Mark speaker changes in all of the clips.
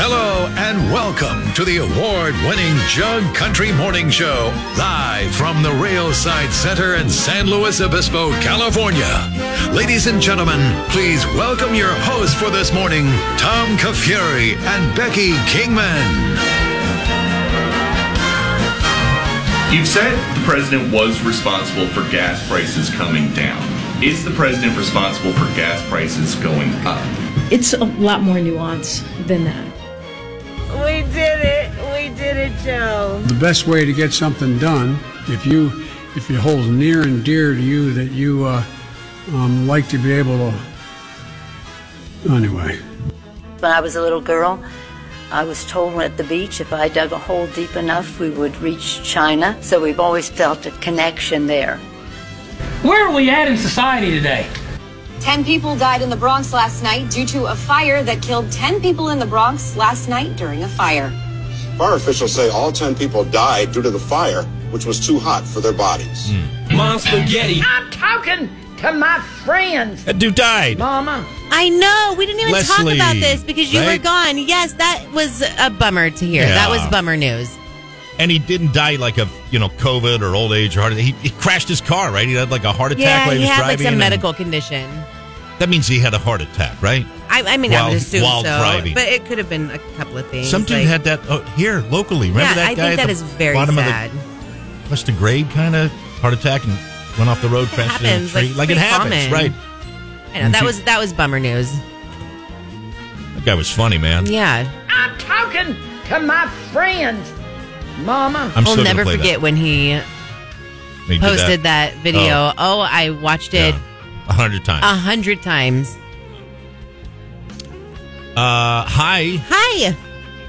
Speaker 1: Hello and welcome to the award winning Jug Country Morning Show, live from the Railside Center in San Luis Obispo, California. Ladies and gentlemen, please welcome your hosts for this morning, Tom Kafuri and Becky Kingman.
Speaker 2: You've said the president was responsible for gas prices coming down. Is the president responsible for gas prices going up?
Speaker 3: It's a lot more nuanced than that.
Speaker 4: We did it. We did it, Joe.
Speaker 5: the best way to get something done, if you, if it holds near and dear to you that you uh, um, like to be able to, anyway.
Speaker 6: When I was a little girl, I was told at the beach if I dug a hole deep enough, we would reach China. So we've always felt a connection there.
Speaker 7: Where are we at in society today?
Speaker 8: Ten people died in the Bronx last night due to a fire that killed ten people in the Bronx last night during a fire.
Speaker 9: Fire officials say all 10 people died due to the fire, which was too hot for their bodies.
Speaker 10: Mom spaghetti.
Speaker 4: I'm talking to my friends,
Speaker 10: That dude died.
Speaker 4: Mama.
Speaker 11: I know. We didn't even
Speaker 10: Leslie,
Speaker 11: talk about this because you
Speaker 10: right?
Speaker 11: were gone. Yes, that was a bummer to hear. That was
Speaker 10: Yeah.
Speaker 11: bummer news.
Speaker 10: And he didn't die like of you know COVID or old age or heart. He, he crashed his car, right? He had like a heart attack
Speaker 11: Yeah,
Speaker 10: while he
Speaker 11: he
Speaker 10: was
Speaker 11: had like
Speaker 10: driving.
Speaker 11: some
Speaker 10: and-
Speaker 11: medical condition.
Speaker 10: That means he had a heart attack, right?
Speaker 11: I, I mean, I
Speaker 10: While-
Speaker 11: would assume
Speaker 10: while
Speaker 11: so,
Speaker 10: driving.
Speaker 11: but it could have been a couple of things.
Speaker 10: Some dude
Speaker 11: like-
Speaker 10: had that oh, here locally. Remember
Speaker 11: yeah,
Speaker 10: that
Speaker 11: I
Speaker 10: guy?
Speaker 11: think
Speaker 10: at
Speaker 11: that
Speaker 10: the
Speaker 11: is very
Speaker 10: bottom
Speaker 11: sad.
Speaker 10: of the Western grade kind of heart attack and went off the road, crashed into a
Speaker 11: happens, like,
Speaker 10: tree.
Speaker 11: it's
Speaker 10: it
Speaker 11: pretty
Speaker 10: happens,
Speaker 11: common.
Speaker 10: right?
Speaker 11: I know that was that was bummer news.
Speaker 10: That guy was funny, man.
Speaker 11: Yeah,
Speaker 4: I'm talking to my friends, Mama.
Speaker 10: I'm
Speaker 11: we'll
Speaker 10: still
Speaker 11: never
Speaker 10: gonna play
Speaker 11: forget when he
Speaker 10: That. Made you
Speaker 11: posted that, video. Oh. I watched
Speaker 10: Yeah.
Speaker 11: it
Speaker 10: a hundred times.
Speaker 11: a hundred times.
Speaker 10: uh, hi,
Speaker 11: Hi,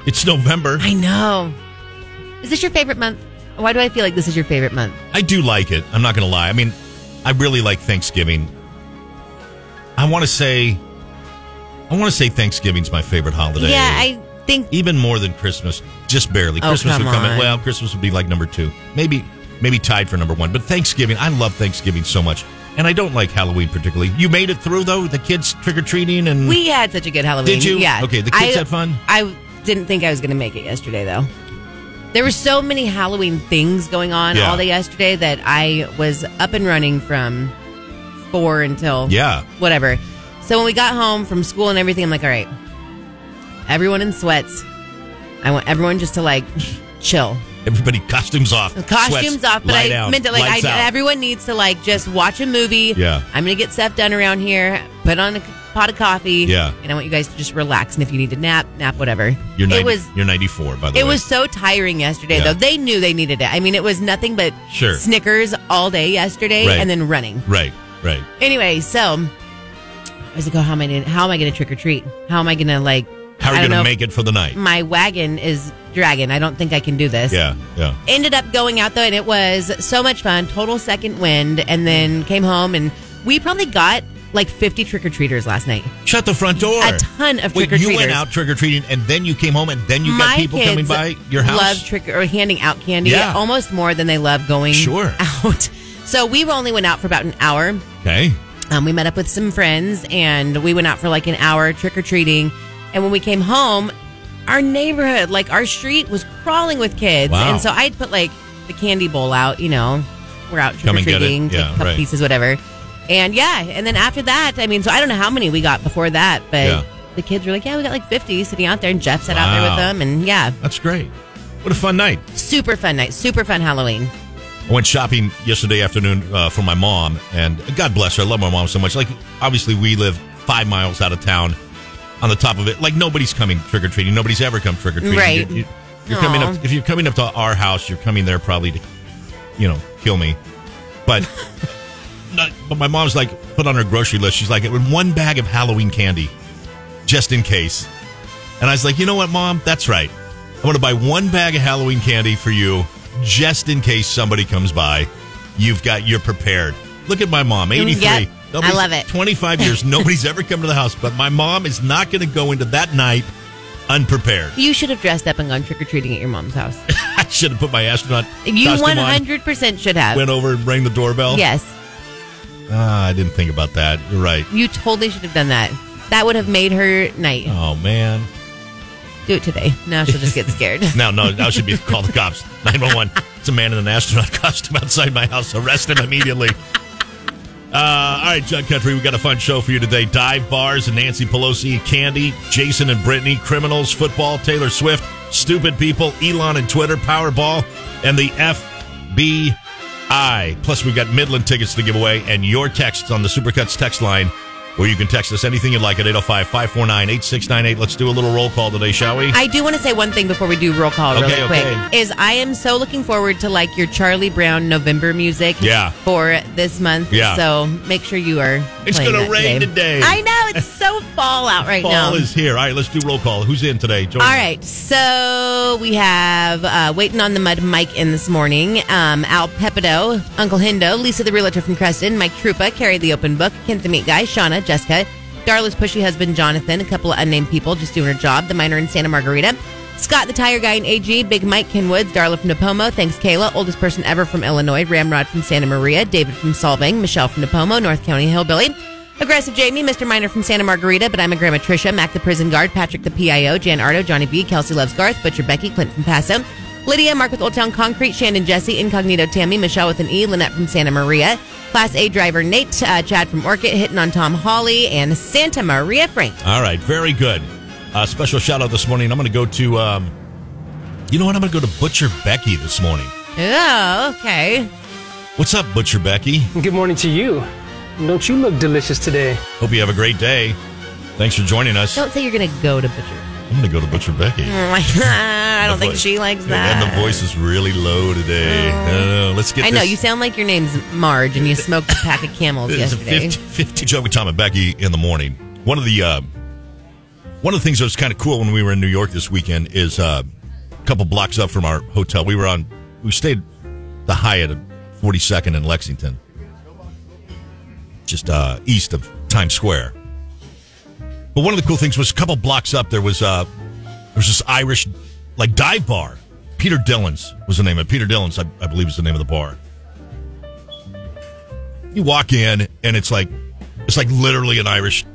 Speaker 10: it's November.
Speaker 11: I know. Is this your favorite month? Why do I feel like this is your favorite month?
Speaker 10: I do like it. I'm not going to lie. I mean, I really like Thanksgiving. I want to say, I want to say Thanksgiving's my favorite holiday.
Speaker 11: Yeah, I think
Speaker 10: even more than Christmas, just barely.
Speaker 11: Oh,
Speaker 10: Christmas
Speaker 11: come
Speaker 10: would come in.
Speaker 11: on.
Speaker 10: Well, Christmas would be like number two, maybe maybe tied for number one. But Thanksgiving, I love Thanksgiving so much, and I don't like Halloween particularly. You made it through though. The kids trick or treating and
Speaker 11: We had such a good Halloween.
Speaker 10: Did you?
Speaker 11: Yeah.
Speaker 10: Okay, the kids
Speaker 11: I,
Speaker 10: had fun?
Speaker 11: I didn't think I was going to make it yesterday, though. There were so many Halloween things going on
Speaker 10: Yeah.
Speaker 11: all day yesterday that I was up and running from four until
Speaker 10: yeah,
Speaker 11: whatever. So when we got home from school and everything, I'm like, all right, everyone in sweats. I want everyone just to like chill.
Speaker 10: everybody costumes off,
Speaker 11: Costumes
Speaker 10: sweats,
Speaker 11: off, but
Speaker 10: lie
Speaker 11: I
Speaker 10: down,
Speaker 11: meant it like
Speaker 10: lights
Speaker 11: I,
Speaker 10: out.
Speaker 11: everyone needs to like just watch a movie.
Speaker 10: Yeah.
Speaker 11: I'm gonna get stuff done around here. Put on a pot of coffee.
Speaker 10: Yeah.
Speaker 11: and I want you guys to just relax. And if you need to nap, nap whatever.
Speaker 10: You're 90,
Speaker 11: it was
Speaker 10: you're 94 by the way.
Speaker 11: it was so tiring yesterday
Speaker 10: Yeah.
Speaker 11: though. They knew they needed it. I mean, it was nothing but
Speaker 10: Sure.
Speaker 11: Snickers all day yesterday,
Speaker 10: Right.
Speaker 11: and then running.
Speaker 10: right, right.
Speaker 11: Anyway, so I was like, oh, how am I gonna, how am I gonna trick or treat? How am I gonna like?
Speaker 10: How are
Speaker 11: I
Speaker 10: you going
Speaker 11: don't know Mm.
Speaker 10: to
Speaker 11: if
Speaker 10: make it for the night?
Speaker 11: My wagon is dragging. I don't think I can do this
Speaker 10: Yeah, yeah.
Speaker 11: ended up going out though and it was so much fun total second wind and then came home and we probably got like 50 trick-or-treaters last night
Speaker 10: Shut the front door.
Speaker 11: A ton of
Speaker 10: Wait, You went
Speaker 11: trick-or-treaters.
Speaker 10: out trick or treating, and then you came home, and then you got people coming by your house.
Speaker 11: love trick or handing out candy
Speaker 10: Yeah.
Speaker 11: almost more than they love going
Speaker 10: Sure.
Speaker 11: out so we only went out for about an hour
Speaker 10: okay,
Speaker 11: um, we met up with some friends and we went out for like an hour trick or treating. And when we came home, our neighborhood, like our street, was crawling with kids.
Speaker 10: Wow.
Speaker 11: And so I'd put like the candy bowl out, you know, we're out trick
Speaker 10: Come
Speaker 11: or
Speaker 10: and get it.
Speaker 11: treating,
Speaker 10: Yeah,
Speaker 11: a couple
Speaker 10: right.
Speaker 11: pieces, whatever. And yeah, and then after that, I mean, so I don't know how many we got before that, but
Speaker 10: Yeah.
Speaker 11: the kids were like, yeah, we got like 50 sitting out there. And Jeff sat out there
Speaker 10: Wow.
Speaker 11: with them. And yeah,
Speaker 10: that's great. What a fun night!
Speaker 11: super fun night, super fun Halloween.
Speaker 10: I went shopping yesterday afternoon uh, for my mom, and God bless her. I love my mom so much. Like, obviously, we live five miles out of town. On the top of it, like nobody's coming trick or treating. Nobody's ever come trick or treating.
Speaker 11: Right.
Speaker 10: You're, you're coming
Speaker 11: Aw.
Speaker 10: up if you're coming up to our house. You're coming there probably to, you know, kill me. But, not, but my mom's like put on her grocery list. She's like, one bag of Halloween candy, just in case. And I was like, you know what, mom? That's right. I'm going to buy one bag of Halloween candy for you just in case somebody comes by. You've got, you're prepared. Look at my mom, 83.
Speaker 11: yep.
Speaker 10: Nobody's-
Speaker 11: I love it.
Speaker 10: 25 years, nobody's ever come to the house, but my mom is not going to go into that night unprepared.
Speaker 11: You should have dressed up and gone trick or treating at your mom's house.
Speaker 10: I should have put my astronaut
Speaker 11: You
Speaker 10: costume
Speaker 11: one
Speaker 10: on,
Speaker 11: hundred percent should have.
Speaker 10: went over and rang the doorbell.
Speaker 11: Yes,
Speaker 10: Ah, I didn't think about that. You're right.
Speaker 11: you totally should have done that. That would have made her night.
Speaker 10: Oh, man.
Speaker 11: Do it today. Now she'll just get scared.
Speaker 10: No, no, now should be call the cops. 911. It's a man in an astronaut costume outside my house. Arrest him immediately. Uh, all right, Jug Country, we've got a fun show for you today. Dive bars and Nancy Pelosi, Candy, Jason and Brittany, criminals, football, Taylor Swift, stupid people, Elon and Twitter, Powerball, and the FBI. Plus, we've got Midland tickets to give away and your texts on the Supercuts text line, where you can text us anything you'd like at 805 549 8698. Let's do a little roll call today, shall we?
Speaker 11: I do want to say one thing before we do roll call
Speaker 10: Okay,
Speaker 11: really quick.
Speaker 10: okay.
Speaker 11: Is I am so looking forward to like your Charlie Brown November music.
Speaker 10: Yeah.
Speaker 11: For this month.
Speaker 10: Yeah.
Speaker 11: So make sure you are.
Speaker 10: It's
Speaker 11: playing
Speaker 10: gonna
Speaker 11: that
Speaker 10: rain today.
Speaker 11: I know it's so fall out right
Speaker 10: Fall
Speaker 11: now.
Speaker 10: is here. All right, let's do roll call. Who's in today? Join
Speaker 11: All right, so we have uh, waiting on the mud Mike in this morning. Um, Al Pepito, Uncle Hindo, Lisa the realtor from Creston, Mike Trupa, Carrie the open book, Kent the meat guy, Shauna, Jessica, Darla's pushy husband Jonathan, a couple of unnamed people just doing her job, the miner in Santa Margarita, Scott the tire guy in AG, Big Mike Kinwoods, Darla from Napomo, thanks Kayla, oldest person ever from Illinois, Ramrod from Santa Maria, David from Solving, Michelle from Napomo, North County Hillbilly. Aggressive Jamie, Mr. Miner from Santa Margarita, but I'm a grandma Trisha, Mac the prison guard, Patrick the PIO, Jan Ardo, Johnny B, Kelsey loves Garth, Butcher Becky, Clint from Paso, Lydia, Mark with Old Town Concrete, Shannon Jesse, Incognito Tammy, Michelle with an E, Lynette from Santa Maria, Class A driver Nate, uh, Chad from Orchid, hitting on Tom Hawley, and Santa Maria Frank.
Speaker 10: All right, very good. Uh, special shout out this morning. I'm going to go to, um, you know what? I'm going to go to Butcher Becky this morning.
Speaker 11: Oh, okay.
Speaker 10: What's up, Butcher Becky?
Speaker 12: Good morning to you. Don't you look delicious today?
Speaker 10: Hope you have a great day. Thanks for joining us.
Speaker 11: Don't say you're going to go to Butcher.
Speaker 10: I'm going to go to Butcher Becky.
Speaker 11: I don't
Speaker 10: The
Speaker 11: think
Speaker 10: voice-
Speaker 11: she likes
Speaker 10: And the
Speaker 11: that. Mm.
Speaker 10: voice is really low today. I don't know. Let's get
Speaker 11: I know,
Speaker 10: this-
Speaker 11: you sound like your name's Marge and you smoked a pack of camels
Speaker 10: It's a
Speaker 11: yesterday.
Speaker 10: 50, 50 joke with Tom and Becky in the morning. One of the uh, one of the things that was kind of cool when we were in New York this weekend is uh, a couple blocks up from our hotel. We were on we stayed the Hyatt at 42nd in Lexington, just uh, east of Times Square. But one of the cool things was a couple blocks up there was uh, there was this Irish like dive bar. Peter Dillon's was the name of it. Peter Dillon's, I, I believe, is the name of the bar. You walk in and it's like it's like literally an Irish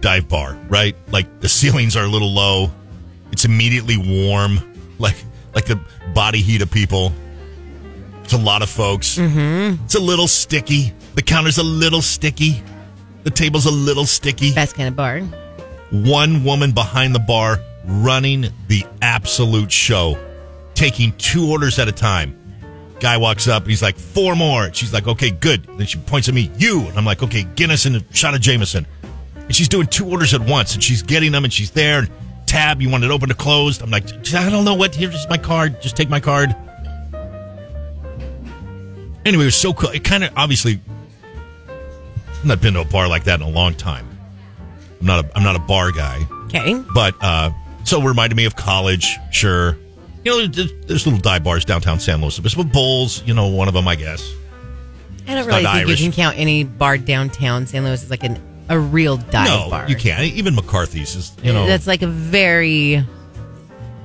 Speaker 10: dive bar, right? Like the ceilings are a little low. It's immediately warm, like like the body heat of people. It's a lot of folks. Mm-hmm. It's a little sticky. The counter's a little sticky. The table's a little sticky.
Speaker 11: Best kind of bar.
Speaker 10: One woman behind the bar running the absolute show, taking two orders at a time. Guy walks up and he's like, four more. And she's like, okay, good. And then she points at me, you. And I'm like, okay, Guinness and a shot of Jameson. And she's doing two orders at once and she's getting them and she's there. And tab, you want it open or closed? I'm like, I don't know what. Here's my card. Just take my card. Anyway, it was so cool. It kind of obviously, I've not been to a bar like that in a long time. I'm not a, I'm not a bar guy.
Speaker 11: Okay.
Speaker 10: But uh, so it reminded me of college, sure. You know, there's, there's little dive bars downtown San Luis Obispo. Bowls, you know, one of them, I guess.
Speaker 11: I don't
Speaker 10: It's
Speaker 11: really
Speaker 10: not
Speaker 11: think
Speaker 10: Irish.
Speaker 11: you can count any bar downtown San Luis as like an, a real dive
Speaker 10: no,
Speaker 11: bar.
Speaker 10: you can't. Even McCarthy's is, you know,
Speaker 11: that's like a very.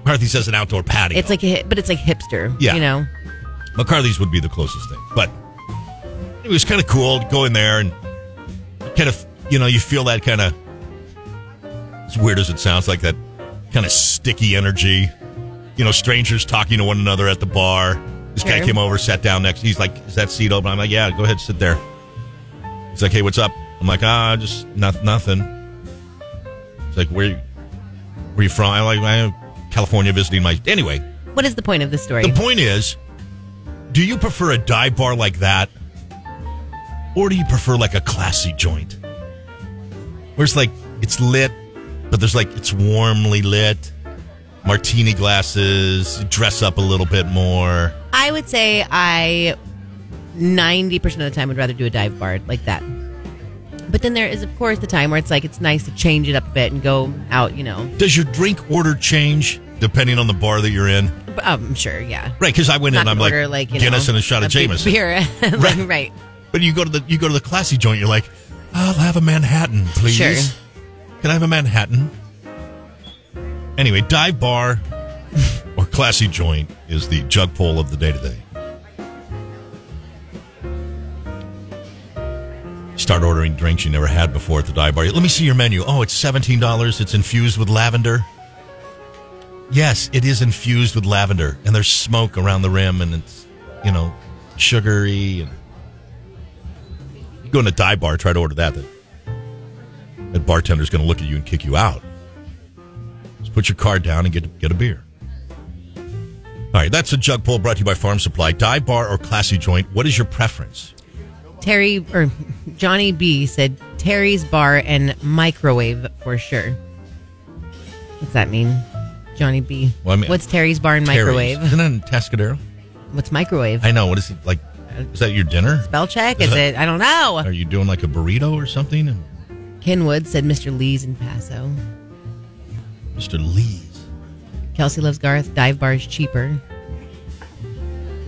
Speaker 10: McCarthy's has an outdoor patio.
Speaker 11: It's like a hi- but it's like hipster.
Speaker 10: Yeah.
Speaker 11: You know.
Speaker 10: McCarthy's would be the closest thing. But it was kind of cool to go in there and kind of, you know, you feel that kind of, as weird as it sounds, like that kind of sticky energy. You know, strangers talking to one another at the bar. This guy
Speaker 13: Sure.
Speaker 10: came over, sat down next. He's like, "Is that seat open?" I'm like, "Yeah, go ahead, sit there." He's like, "Hey, what's up?" I'm like, "Ah, just not, nothing." He's like, "Where, where you from?" I'm like, "I'm California visiting my." Anyway,
Speaker 11: What is the point of this story?
Speaker 10: the point is, do you prefer a dive bar like that, or do you prefer like a classy joint, where it's like it's lit, but there's like it's warmly lit, martini glasses, dress up a little bit more.
Speaker 11: I would say I ninety percent of the time would rather do a dive bar like that. But then there is of course the time where it's like it's nice to change it up a bit and go out. You know.
Speaker 10: Does your drink order change depending on the bar that you're in?
Speaker 11: But, um, sure. Yeah.
Speaker 10: Right, because I went in,
Speaker 11: Not
Speaker 10: and I'm
Speaker 11: gonna
Speaker 10: like,
Speaker 11: order, you
Speaker 10: Guinness
Speaker 11: know,
Speaker 10: and a shot of
Speaker 11: big
Speaker 10: Jameson.
Speaker 11: Beer. right. right.
Speaker 10: But you go to the you go to the classy joint, you're like, I'll have a Manhattan, please.
Speaker 11: Sure.
Speaker 10: Can I have a Manhattan? Anyway, dive bar or classy joint is the jug poll of the day today. Start ordering drinks you never had before at the dive bar. Let me see your menu. Oh, it's seventeen dollars. It's infused with lavender. Yes, it is infused with lavender, and there's smoke around the rim, and it's you know sugary. And you go in a dive bar, try to order that. That, that bartender's going to look at you and kick you out. Just put your card down and get get a beer. All right, that's a jug pull brought to you by Farm Supply. Dive bar or classy joint? What is your preference?
Speaker 11: Terry or Johnny B said Terry's bar and microwave for sure. What's that mean, Johnny B?
Speaker 10: Well, I mean-
Speaker 11: What's Terry's bar and
Speaker 10: Terry's.
Speaker 11: microwave?
Speaker 10: Isn't it in Tascadero?
Speaker 11: What's microwave?
Speaker 10: I know. What is it like? Is that your dinner?
Speaker 11: Spell check? Is it? I don't know.
Speaker 10: Are you doing like a burrito or something? And
Speaker 11: Kenwood said Mr. Lee's in Paso.
Speaker 10: Mr. Lee's.
Speaker 11: Kelsey loves Garth. Dive bar is cheaper.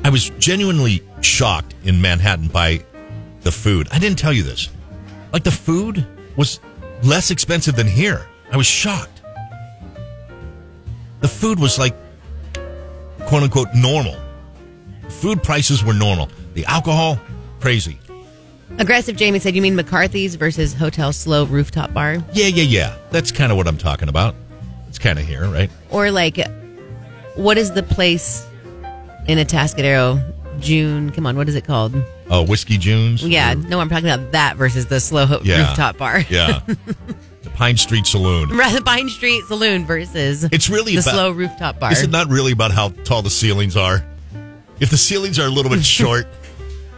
Speaker 10: I was genuinely shocked in Manhattan by the food. I didn't tell you this. Like the food was less expensive than here. I was shocked. The food was like quote unquote normal. Food prices were normal. The alcohol, crazy.
Speaker 11: Aggressive Jamie said, "You mean McCarthy's versus Hotel Slow rooftop bar,
Speaker 10: Yeah, yeah, yeah. That's kind of what I'm talking about. It's kind of here, right?
Speaker 11: or like, what is the place in a Atascadero? June, come on, what is it called?
Speaker 10: Oh, Whiskey June's.
Speaker 11: Yeah, no, I'm talking about that versus the Slow ho-
Speaker 10: Mm-hmm. Yeah.
Speaker 11: rooftop bar.
Speaker 10: Yeah. the Pine Street Saloon.
Speaker 11: Rather Pine Street Saloon versus
Speaker 10: It's really
Speaker 11: the
Speaker 10: about-
Speaker 11: slow rooftop bar.
Speaker 10: Is it not really about how tall the ceilings are? If the ceilings are a little bit short,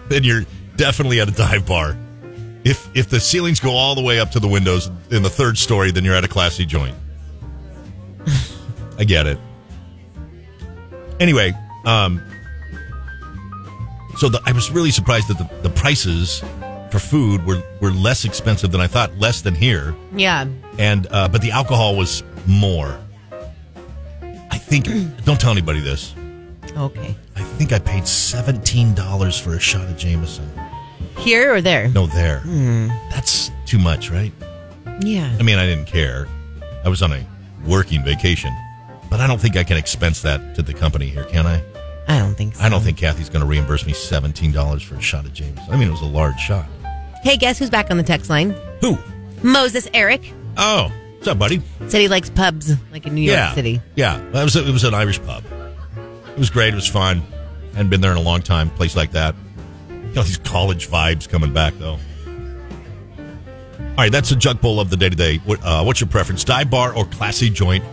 Speaker 10: then you're definitely at a dive bar. If if the ceilings go all the way up to the windows in the third story, then you're at a classy joint. I get it. Anyway, um, so the, I was really surprised that the, the prices for food were, were less expensive than I thought, less than here
Speaker 11: yeah,
Speaker 10: and uh, but the alcohol was more. I think. don't tell anybody this.
Speaker 11: okay.
Speaker 10: I think I paid seventeen dollars for a shot of Jameson.
Speaker 11: Here or there?
Speaker 10: No, there. That's too much, right?
Speaker 11: Yeah.
Speaker 10: I mean, I didn't care. I was on a working vacation, but I don't think I can expense that to the company here, can I?
Speaker 11: I don't think so.
Speaker 10: I don't think Kathy's going to reimburse me seventeen dollars for a shot of Jameson. I mean, it was a large shot.
Speaker 11: Hey, guess who's back on the text line?
Speaker 10: Who?
Speaker 11: Moses Eric
Speaker 10: Oh, what's up, buddy?
Speaker 11: said he likes pubs, like in New York
Speaker 10: yeah.
Speaker 11: City.
Speaker 10: Yeah, Well, it was it was an Irish pub. It was great. It was fun. Hadn't been there in a long time. Place like that. You know, these college vibes coming back though. All right, that's the jug bowl of the day today. What, uh, what's your preference, dive bar or classy joint?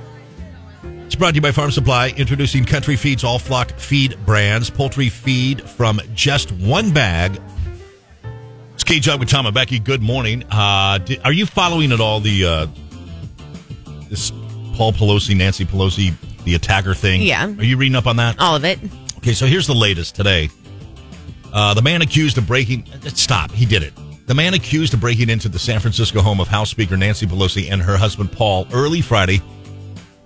Speaker 10: It's brought to you by Farm Supply, introducing Country Feeds all flock feed brands, poultry feed from just one bag. It's K Jug with Tom and Becky. Good morning. Uh, di- are you following at all the uh, this Paul Pelosi, Nancy Pelosi, the attacker thing?
Speaker 11: Yeah.
Speaker 10: Are you reading up on that?
Speaker 11: All of it.
Speaker 10: Okay, so here's the latest today. Uh, the man accused of breaking. uh, Stop. He did it. The man accused of breaking into the San Francisco home of House Speaker Nancy Pelosi and her husband Paul early Friday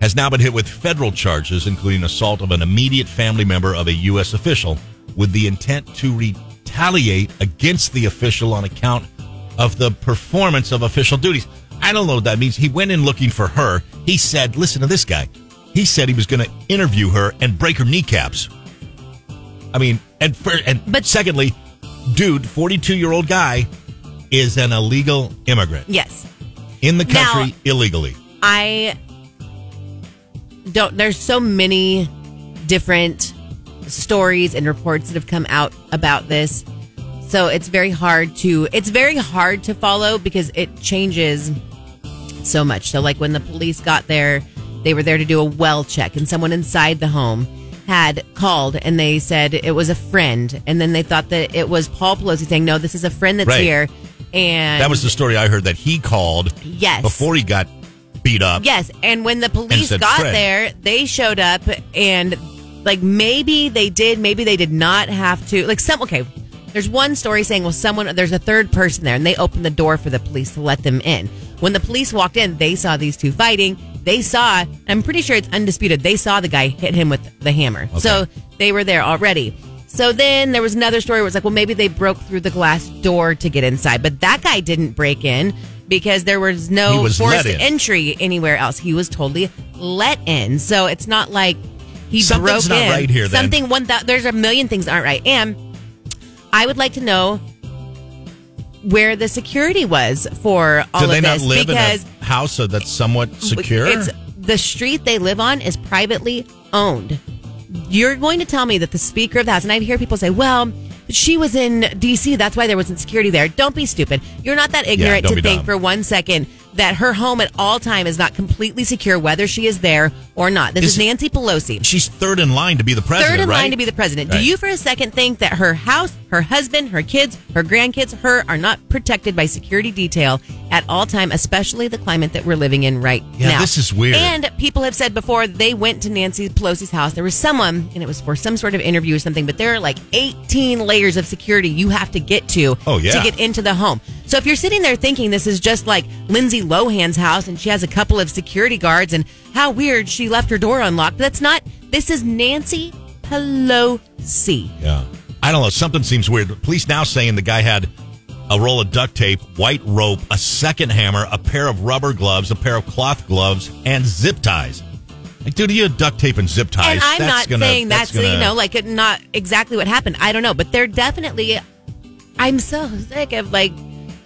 Speaker 10: has now been hit with federal charges, including assault of an immediate family member of a U.S. official with the intent to retaliate against the official on account of the performance of official duties. I don't know what that means. He went in looking for her. He said, listen to this guy. He said he was going to interview her and break her kneecaps. I mean, and for, and but secondly, dude, 42 year old guy is an illegal immigrant
Speaker 11: Yes.
Speaker 10: in the
Speaker 11: Now-
Speaker 10: country illegally.
Speaker 11: I don't. There's so many different stories and reports that have come out about this, so it's very hard to. It's very hard to follow because it changes so much. So, like when the police got there, they were there to do a well check, and someone inside the home had called and they said it was a friend, and then they thought that it was Paul Pelosi saying, "No, this is a friend that's
Speaker 10: Right.
Speaker 11: here." And
Speaker 10: That was the story I heard that he called
Speaker 11: Yes.
Speaker 10: before he got beat up.
Speaker 11: Yes, and when the police
Speaker 10: said,
Speaker 11: got
Speaker 10: "Fred."
Speaker 11: there, they showed up and like maybe they did, maybe they did not have to. Like some okay, there's one story saying, well, someone there's a third person there, and they opened the door for the police to let them in. When the police walked in, they saw these two fighting. They saw, I'm pretty sure it's undisputed. They saw the guy hit him with the hammer, so they were there already. So then there was another story where it's like, well, maybe they broke through the glass door to get inside, but that guy didn't break in because there was
Speaker 10: He
Speaker 11: no
Speaker 10: was
Speaker 11: forced
Speaker 10: let in.
Speaker 11: entry anywhere else. He was totally let in. So it's not like he
Speaker 10: Something's
Speaker 11: broke
Speaker 10: not
Speaker 11: in.
Speaker 10: right here, then.
Speaker 11: Something one thou- there's a million things aren't right. And I would like to know where the security was for all
Speaker 10: Do
Speaker 11: of
Speaker 10: they not
Speaker 11: this
Speaker 10: live
Speaker 11: because
Speaker 10: in a house so that's somewhat secure?
Speaker 11: it's the street they live on is privately owned. You're going to tell me that the Speaker of the House, and I hear people say, well, she was in D.C., that's why there wasn't security there. Don't be stupid. You're not that ignorant
Speaker 10: don't be
Speaker 11: to think
Speaker 10: dumb.
Speaker 11: for one second that her home at all time is not completely secure, whether she is there or not. This is,
Speaker 10: Is-
Speaker 11: Nancy Pelosi.
Speaker 10: She's third in line to be the president.
Speaker 11: Third in
Speaker 10: right?
Speaker 11: line to be the president.
Speaker 10: Right.
Speaker 11: Do you for a second think that her house, her husband, her kids, her grandkids, her are not protected by security detail at all time, especially the climate that we're living in right
Speaker 10: Yeah,
Speaker 11: now?
Speaker 10: this is weird.
Speaker 11: And people have said before they went to Nancy Pelosi's house. There was someone, and it was for some sort of interview or something. But there are like 18 layers of security you have to get to
Speaker 10: Oh, yeah.
Speaker 11: to get into the home. So if you're sitting there thinking this is just like Lindsay Lohan's house and she has a couple of security guards and how weird she left her door unlocked, that's not. This is Nancy Pelosi.
Speaker 10: Yeah. I don't know. Something seems weird. Police now saying the guy had a roll of duct tape, white rope, a second hammer, a pair of rubber gloves, a pair of cloth gloves, and zip ties. Like, dude, you had duct tape and zip ties.
Speaker 11: And I'm
Speaker 10: That's
Speaker 11: not
Speaker 10: gonna-
Speaker 11: saying that's, you
Speaker 10: gonna-
Speaker 11: know like not exactly what happened. I don't know, but they're definitely. I'm so sick of like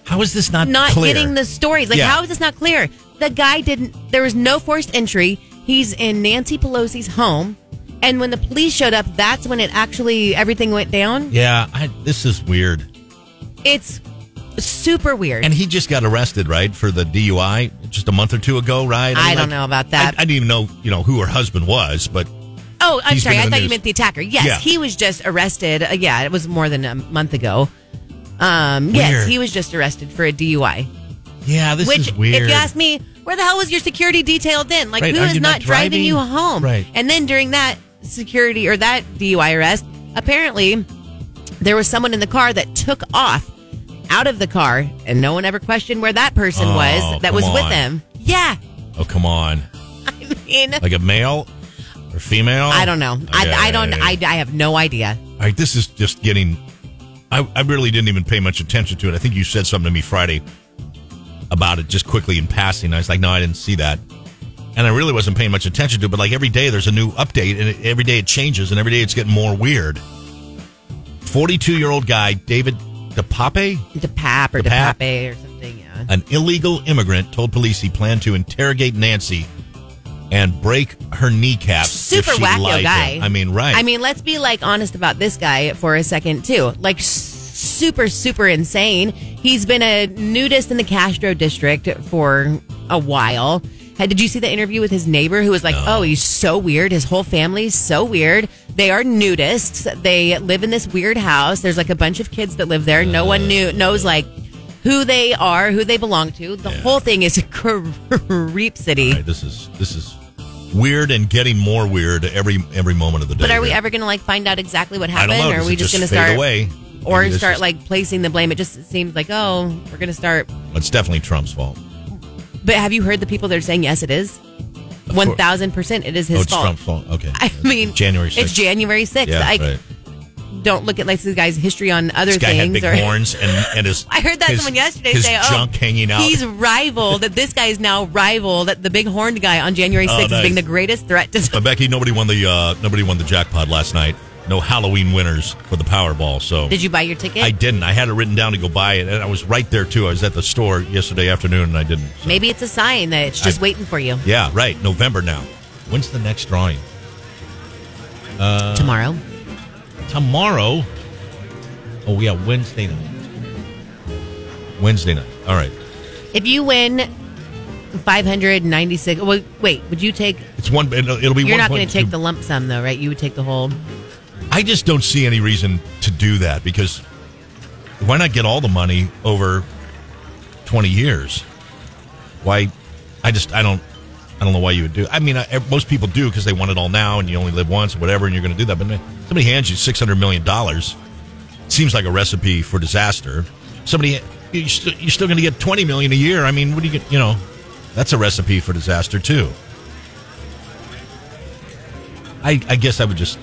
Speaker 10: How is this not
Speaker 11: not
Speaker 10: clear?
Speaker 11: getting the stories. Like,
Speaker 10: Yeah.
Speaker 11: how is this not clear? The guy didn't. There was no forced entry. He's in Nancy Pelosi's home, and when the police showed up, that's when it actually everything went down.
Speaker 10: Yeah, I, this is weird.
Speaker 11: It's super weird.
Speaker 10: And he just got arrested, right, for the DUI just a month or two ago, right?
Speaker 11: I don't know about that.
Speaker 10: I, I didn't even know, you know, who her husband was, but
Speaker 11: oh, I'm
Speaker 10: he's
Speaker 11: sorry.
Speaker 10: been in
Speaker 11: I
Speaker 10: the
Speaker 11: thought you
Speaker 10: news.
Speaker 11: meant the attacker. Yes,
Speaker 10: Yeah.
Speaker 11: he was just arrested. Uh, yeah, it was more than a month ago. Um, yes,
Speaker 10: Weird.
Speaker 11: he was just arrested for a DUI.
Speaker 10: yeah, this
Speaker 11: Which,
Speaker 10: is weird.
Speaker 11: if you ask me, where the hell was your security detail then? Like,
Speaker 10: Right,
Speaker 11: who
Speaker 10: are
Speaker 11: is
Speaker 10: you
Speaker 11: not,
Speaker 10: not
Speaker 11: driving?
Speaker 10: driving?
Speaker 11: you home?
Speaker 10: Right.
Speaker 11: And then during that security or that DUI arrest, apparently there was someone in the car that took off out of the car, and no one ever questioned where that person
Speaker 10: Oh,
Speaker 11: was that
Speaker 10: come
Speaker 11: was with
Speaker 10: on.
Speaker 11: them. Yeah,
Speaker 10: oh, come on.
Speaker 11: I mean,
Speaker 10: Like a male or female?
Speaker 11: I don't know.
Speaker 10: Okay.
Speaker 11: I, I don't. I, I have no idea.
Speaker 10: All right, this is just getting. I, I really didn't even pay much attention to it. I think you said something to me Friday about it just quickly in passing. I was like, no, I didn't see that. And I really wasn't paying much attention to it, but like every day there's a new update and it, every day it changes and every day it's getting more weird. 42 year old guy, David DePape,
Speaker 11: DePap or
Speaker 10: DePap.
Speaker 11: DePape or something. Yeah.
Speaker 10: an illegal immigrant, told police he planned to interrogate Nancy and break her kneecap. if
Speaker 11: Super
Speaker 10: she lied
Speaker 11: wacko
Speaker 10: to
Speaker 11: guy.
Speaker 10: him. I mean, right.
Speaker 11: I mean, let's be like honest about this guy for a second too. Like s- super, super insane. He's been a nudist in the Castro district for a while. Hey, Did you see the interview with his neighbor who was like, "Oh, he's so weird. His whole family's so weird. They are nudists. They live in this weird house. There's like a bunch of kids that live there. No one knew knows like who they are, who they belong to. The whole thing is creep city."
Speaker 10: All right, this is this is weird and getting more weird every every moment of the day.
Speaker 11: But are we
Speaker 10: here.
Speaker 11: ever going to like find out exactly what
Speaker 10: I
Speaker 11: happened?
Speaker 10: don't know.
Speaker 11: or are
Speaker 10: Does
Speaker 11: we
Speaker 10: it
Speaker 11: just,
Speaker 10: just
Speaker 11: going
Speaker 10: fade
Speaker 11: to start
Speaker 10: away?
Speaker 11: or
Speaker 10: Maybe this
Speaker 11: start
Speaker 10: is-
Speaker 11: like placing the blame? It just seems like oh, we're going to start.
Speaker 10: It's definitely Trump's fault.
Speaker 11: But have you heard the people that are saying yes, it is
Speaker 10: Of
Speaker 11: one
Speaker 10: course.
Speaker 11: thousand percent? It is his
Speaker 10: oh, it's
Speaker 11: fault.
Speaker 10: Trump's fault. Okay.
Speaker 11: I mean,
Speaker 10: January 6th.
Speaker 11: It's January sixth.
Speaker 10: Yeah,
Speaker 11: I
Speaker 10: right.
Speaker 11: don't look at like this guy's history on other
Speaker 10: This guy had
Speaker 11: things.
Speaker 10: big
Speaker 11: or,
Speaker 10: horns and, and his.
Speaker 11: I heard that
Speaker 10: his-
Speaker 11: someone yesterday
Speaker 10: his
Speaker 11: say, "Oh,
Speaker 10: junk hanging out."
Speaker 11: He's rival. That this guy is now rival. That the big horned guy on January
Speaker 10: Oh,
Speaker 11: sixth is
Speaker 10: nice.
Speaker 11: being the greatest threat to
Speaker 10: But Becky, nobody won the uh, nobody won the jackpot last night. No Halloween winners for the Powerball. So
Speaker 11: Did you buy your ticket?
Speaker 10: I didn't. I had it written down to go buy it, and I was right there too. I was at the store yesterday afternoon, and I didn't.
Speaker 11: Maybe it's a sign that it's just
Speaker 10: I-
Speaker 11: waiting for you.
Speaker 10: Yeah, right. November now. When's the next drawing? Uh,
Speaker 11: Tomorrow.
Speaker 10: Tomorrow. Oh yeah, Wednesday night. Wednesday night. All right.
Speaker 11: If you win 596, well, wait, would you take?
Speaker 10: It's one. It'll, it'll be.
Speaker 11: You're not going
Speaker 10: 1.2.
Speaker 11: to take the lump sum though, right? You would take the whole.
Speaker 10: I just don't see any reason to do that because why not get all the money over twenty years? Why? I just I don't I don't know why you would do. I mean, I, most people do because they want it all now, and you only live once, whatever, and you're going to do that. But man, somebody hands you six hundred million dollars. Seems like a recipe for disaster. Somebody you're, st- you're still going to get twenty million a year. I mean, what do you get? You know, that's a recipe for disaster too. I, I guess I would just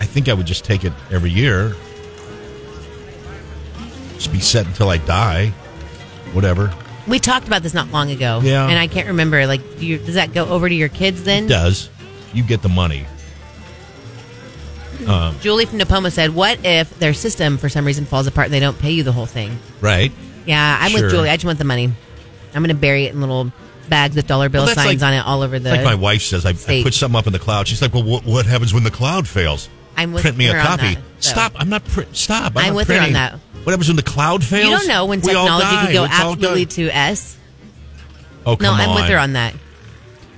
Speaker 10: I think I would just take it every year. Just be set until I die. Whatever.
Speaker 11: We talked about this not long ago.
Speaker 10: Yeah.
Speaker 11: And I can't remember. Like, do you, does that go over to your kids then?
Speaker 10: It does. You get the money. Um,
Speaker 11: Julie from Napoma said, "What if their system for some reason falls apart and they don't pay you the whole thing?"
Speaker 10: right?
Speaker 11: Yeah, I'm
Speaker 10: Sure.
Speaker 11: with Julie. I just want the money. I'm going to bury it in little bags with dollar bill
Speaker 10: Well, that's
Speaker 11: signs
Speaker 10: like-
Speaker 11: on it all over
Speaker 10: It's
Speaker 11: the.
Speaker 10: like my wife says, I, I
Speaker 11: state.
Speaker 10: put something up in the cloud. She's like, well, what, what happens when the cloud fails?
Speaker 11: I'm with
Speaker 10: Print me a
Speaker 11: her on
Speaker 10: copy.
Speaker 11: that, so.
Speaker 10: Stop. I'm not print. Stop. I'm,
Speaker 11: I'm
Speaker 10: not
Speaker 11: with her on
Speaker 10: printing.
Speaker 11: that.
Speaker 10: What happens when the cloud fails?
Speaker 11: you don't know when
Speaker 10: We all
Speaker 11: technology
Speaker 10: die.
Speaker 11: could go
Speaker 10: It's all
Speaker 11: absolutely
Speaker 10: done.
Speaker 11: to s.
Speaker 10: Oh,
Speaker 11: no,
Speaker 10: come
Speaker 11: I'm with
Speaker 10: on.
Speaker 11: her on that.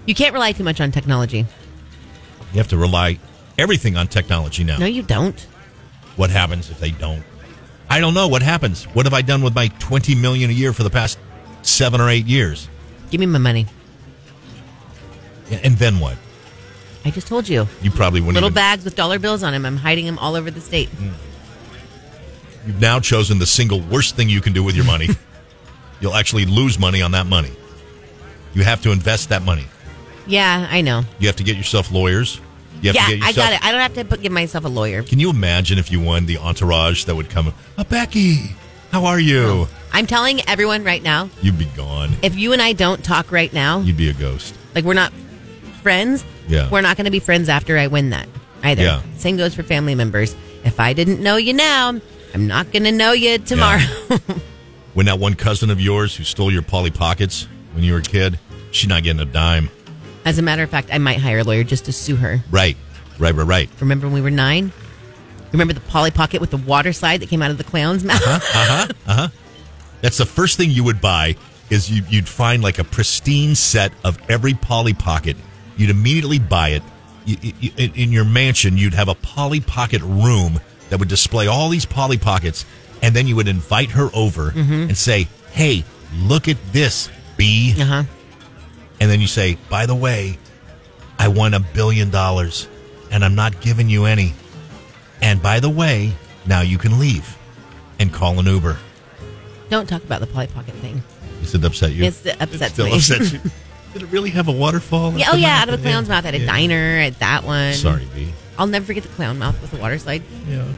Speaker 11: You can't rely too much on technology.
Speaker 10: You have to rely everything on technology now.
Speaker 11: No, you don't.
Speaker 10: What happens if they don't? I don't know. What happens? What have I done with my 20 million a year for the past seven or eight years?
Speaker 11: Give me my money.
Speaker 10: And then what?
Speaker 11: I just told you.
Speaker 10: You probably wouldn't
Speaker 11: Little
Speaker 10: even-
Speaker 11: bags with dollar bills on them. I'm hiding them all over the state.
Speaker 10: You've now chosen the single worst thing you can do with your money. You'll actually lose money on that money. You have to invest that money.
Speaker 11: Yeah, I know.
Speaker 10: You have to get yourself lawyers. You have
Speaker 11: yeah,
Speaker 10: to get
Speaker 11: I
Speaker 10: yourself.
Speaker 11: got it. I don't have to put, give myself a lawyer.
Speaker 10: Can you imagine if you won the entourage that would come? Oh, Becky, how are you?
Speaker 11: I'm telling everyone right now.
Speaker 10: You'd be gone.
Speaker 11: If you and I don't talk right now,
Speaker 10: You'd be a ghost.
Speaker 11: like we're not friends.
Speaker 10: Yeah.
Speaker 11: We're not going to be friends after I win that either.
Speaker 10: Yeah.
Speaker 11: Same goes for family members. If I didn't know you now, I'm not going to know you tomorrow.
Speaker 10: When that one cousin of yours who stole your Polly Pockets when you were a kid, she's not getting a dime.
Speaker 11: As a matter of fact, I might hire a lawyer just to sue her.
Speaker 10: Right, right, right, right.
Speaker 11: Remember when we were nine? Remember the Polly Pocket with the water slide that came out of the clown's mouth?
Speaker 10: Uh huh. Uh huh. That's the first thing you would buy is you, you'd find like a pristine set of every Polly Pocket. You'd immediately buy it. You, you- you- in- in your mansion, you'd have a Polly Pocket room that would display all these Polly Pockets, and then you would invite her over and say, "Hey, look at this, B."
Speaker 11: Uh-huh.
Speaker 10: And then you say, "By the way, I won a billion dollars, and I'm not giving you any." And by the way, now you can leave and call an Uber.
Speaker 11: Don't talk about the Polly Pocket thing.
Speaker 10: Is it upset you?
Speaker 11: It's- it upsets
Speaker 10: still
Speaker 11: me.
Speaker 10: upsets you. Did it really have a waterfall?
Speaker 11: Yeah, oh, yeah, out of a clown's mouth at a
Speaker 10: Yeah.
Speaker 11: diner, at that one.
Speaker 10: Sorry, B.
Speaker 11: I'll never forget the clown mouth with the water slide.
Speaker 10: Yeah.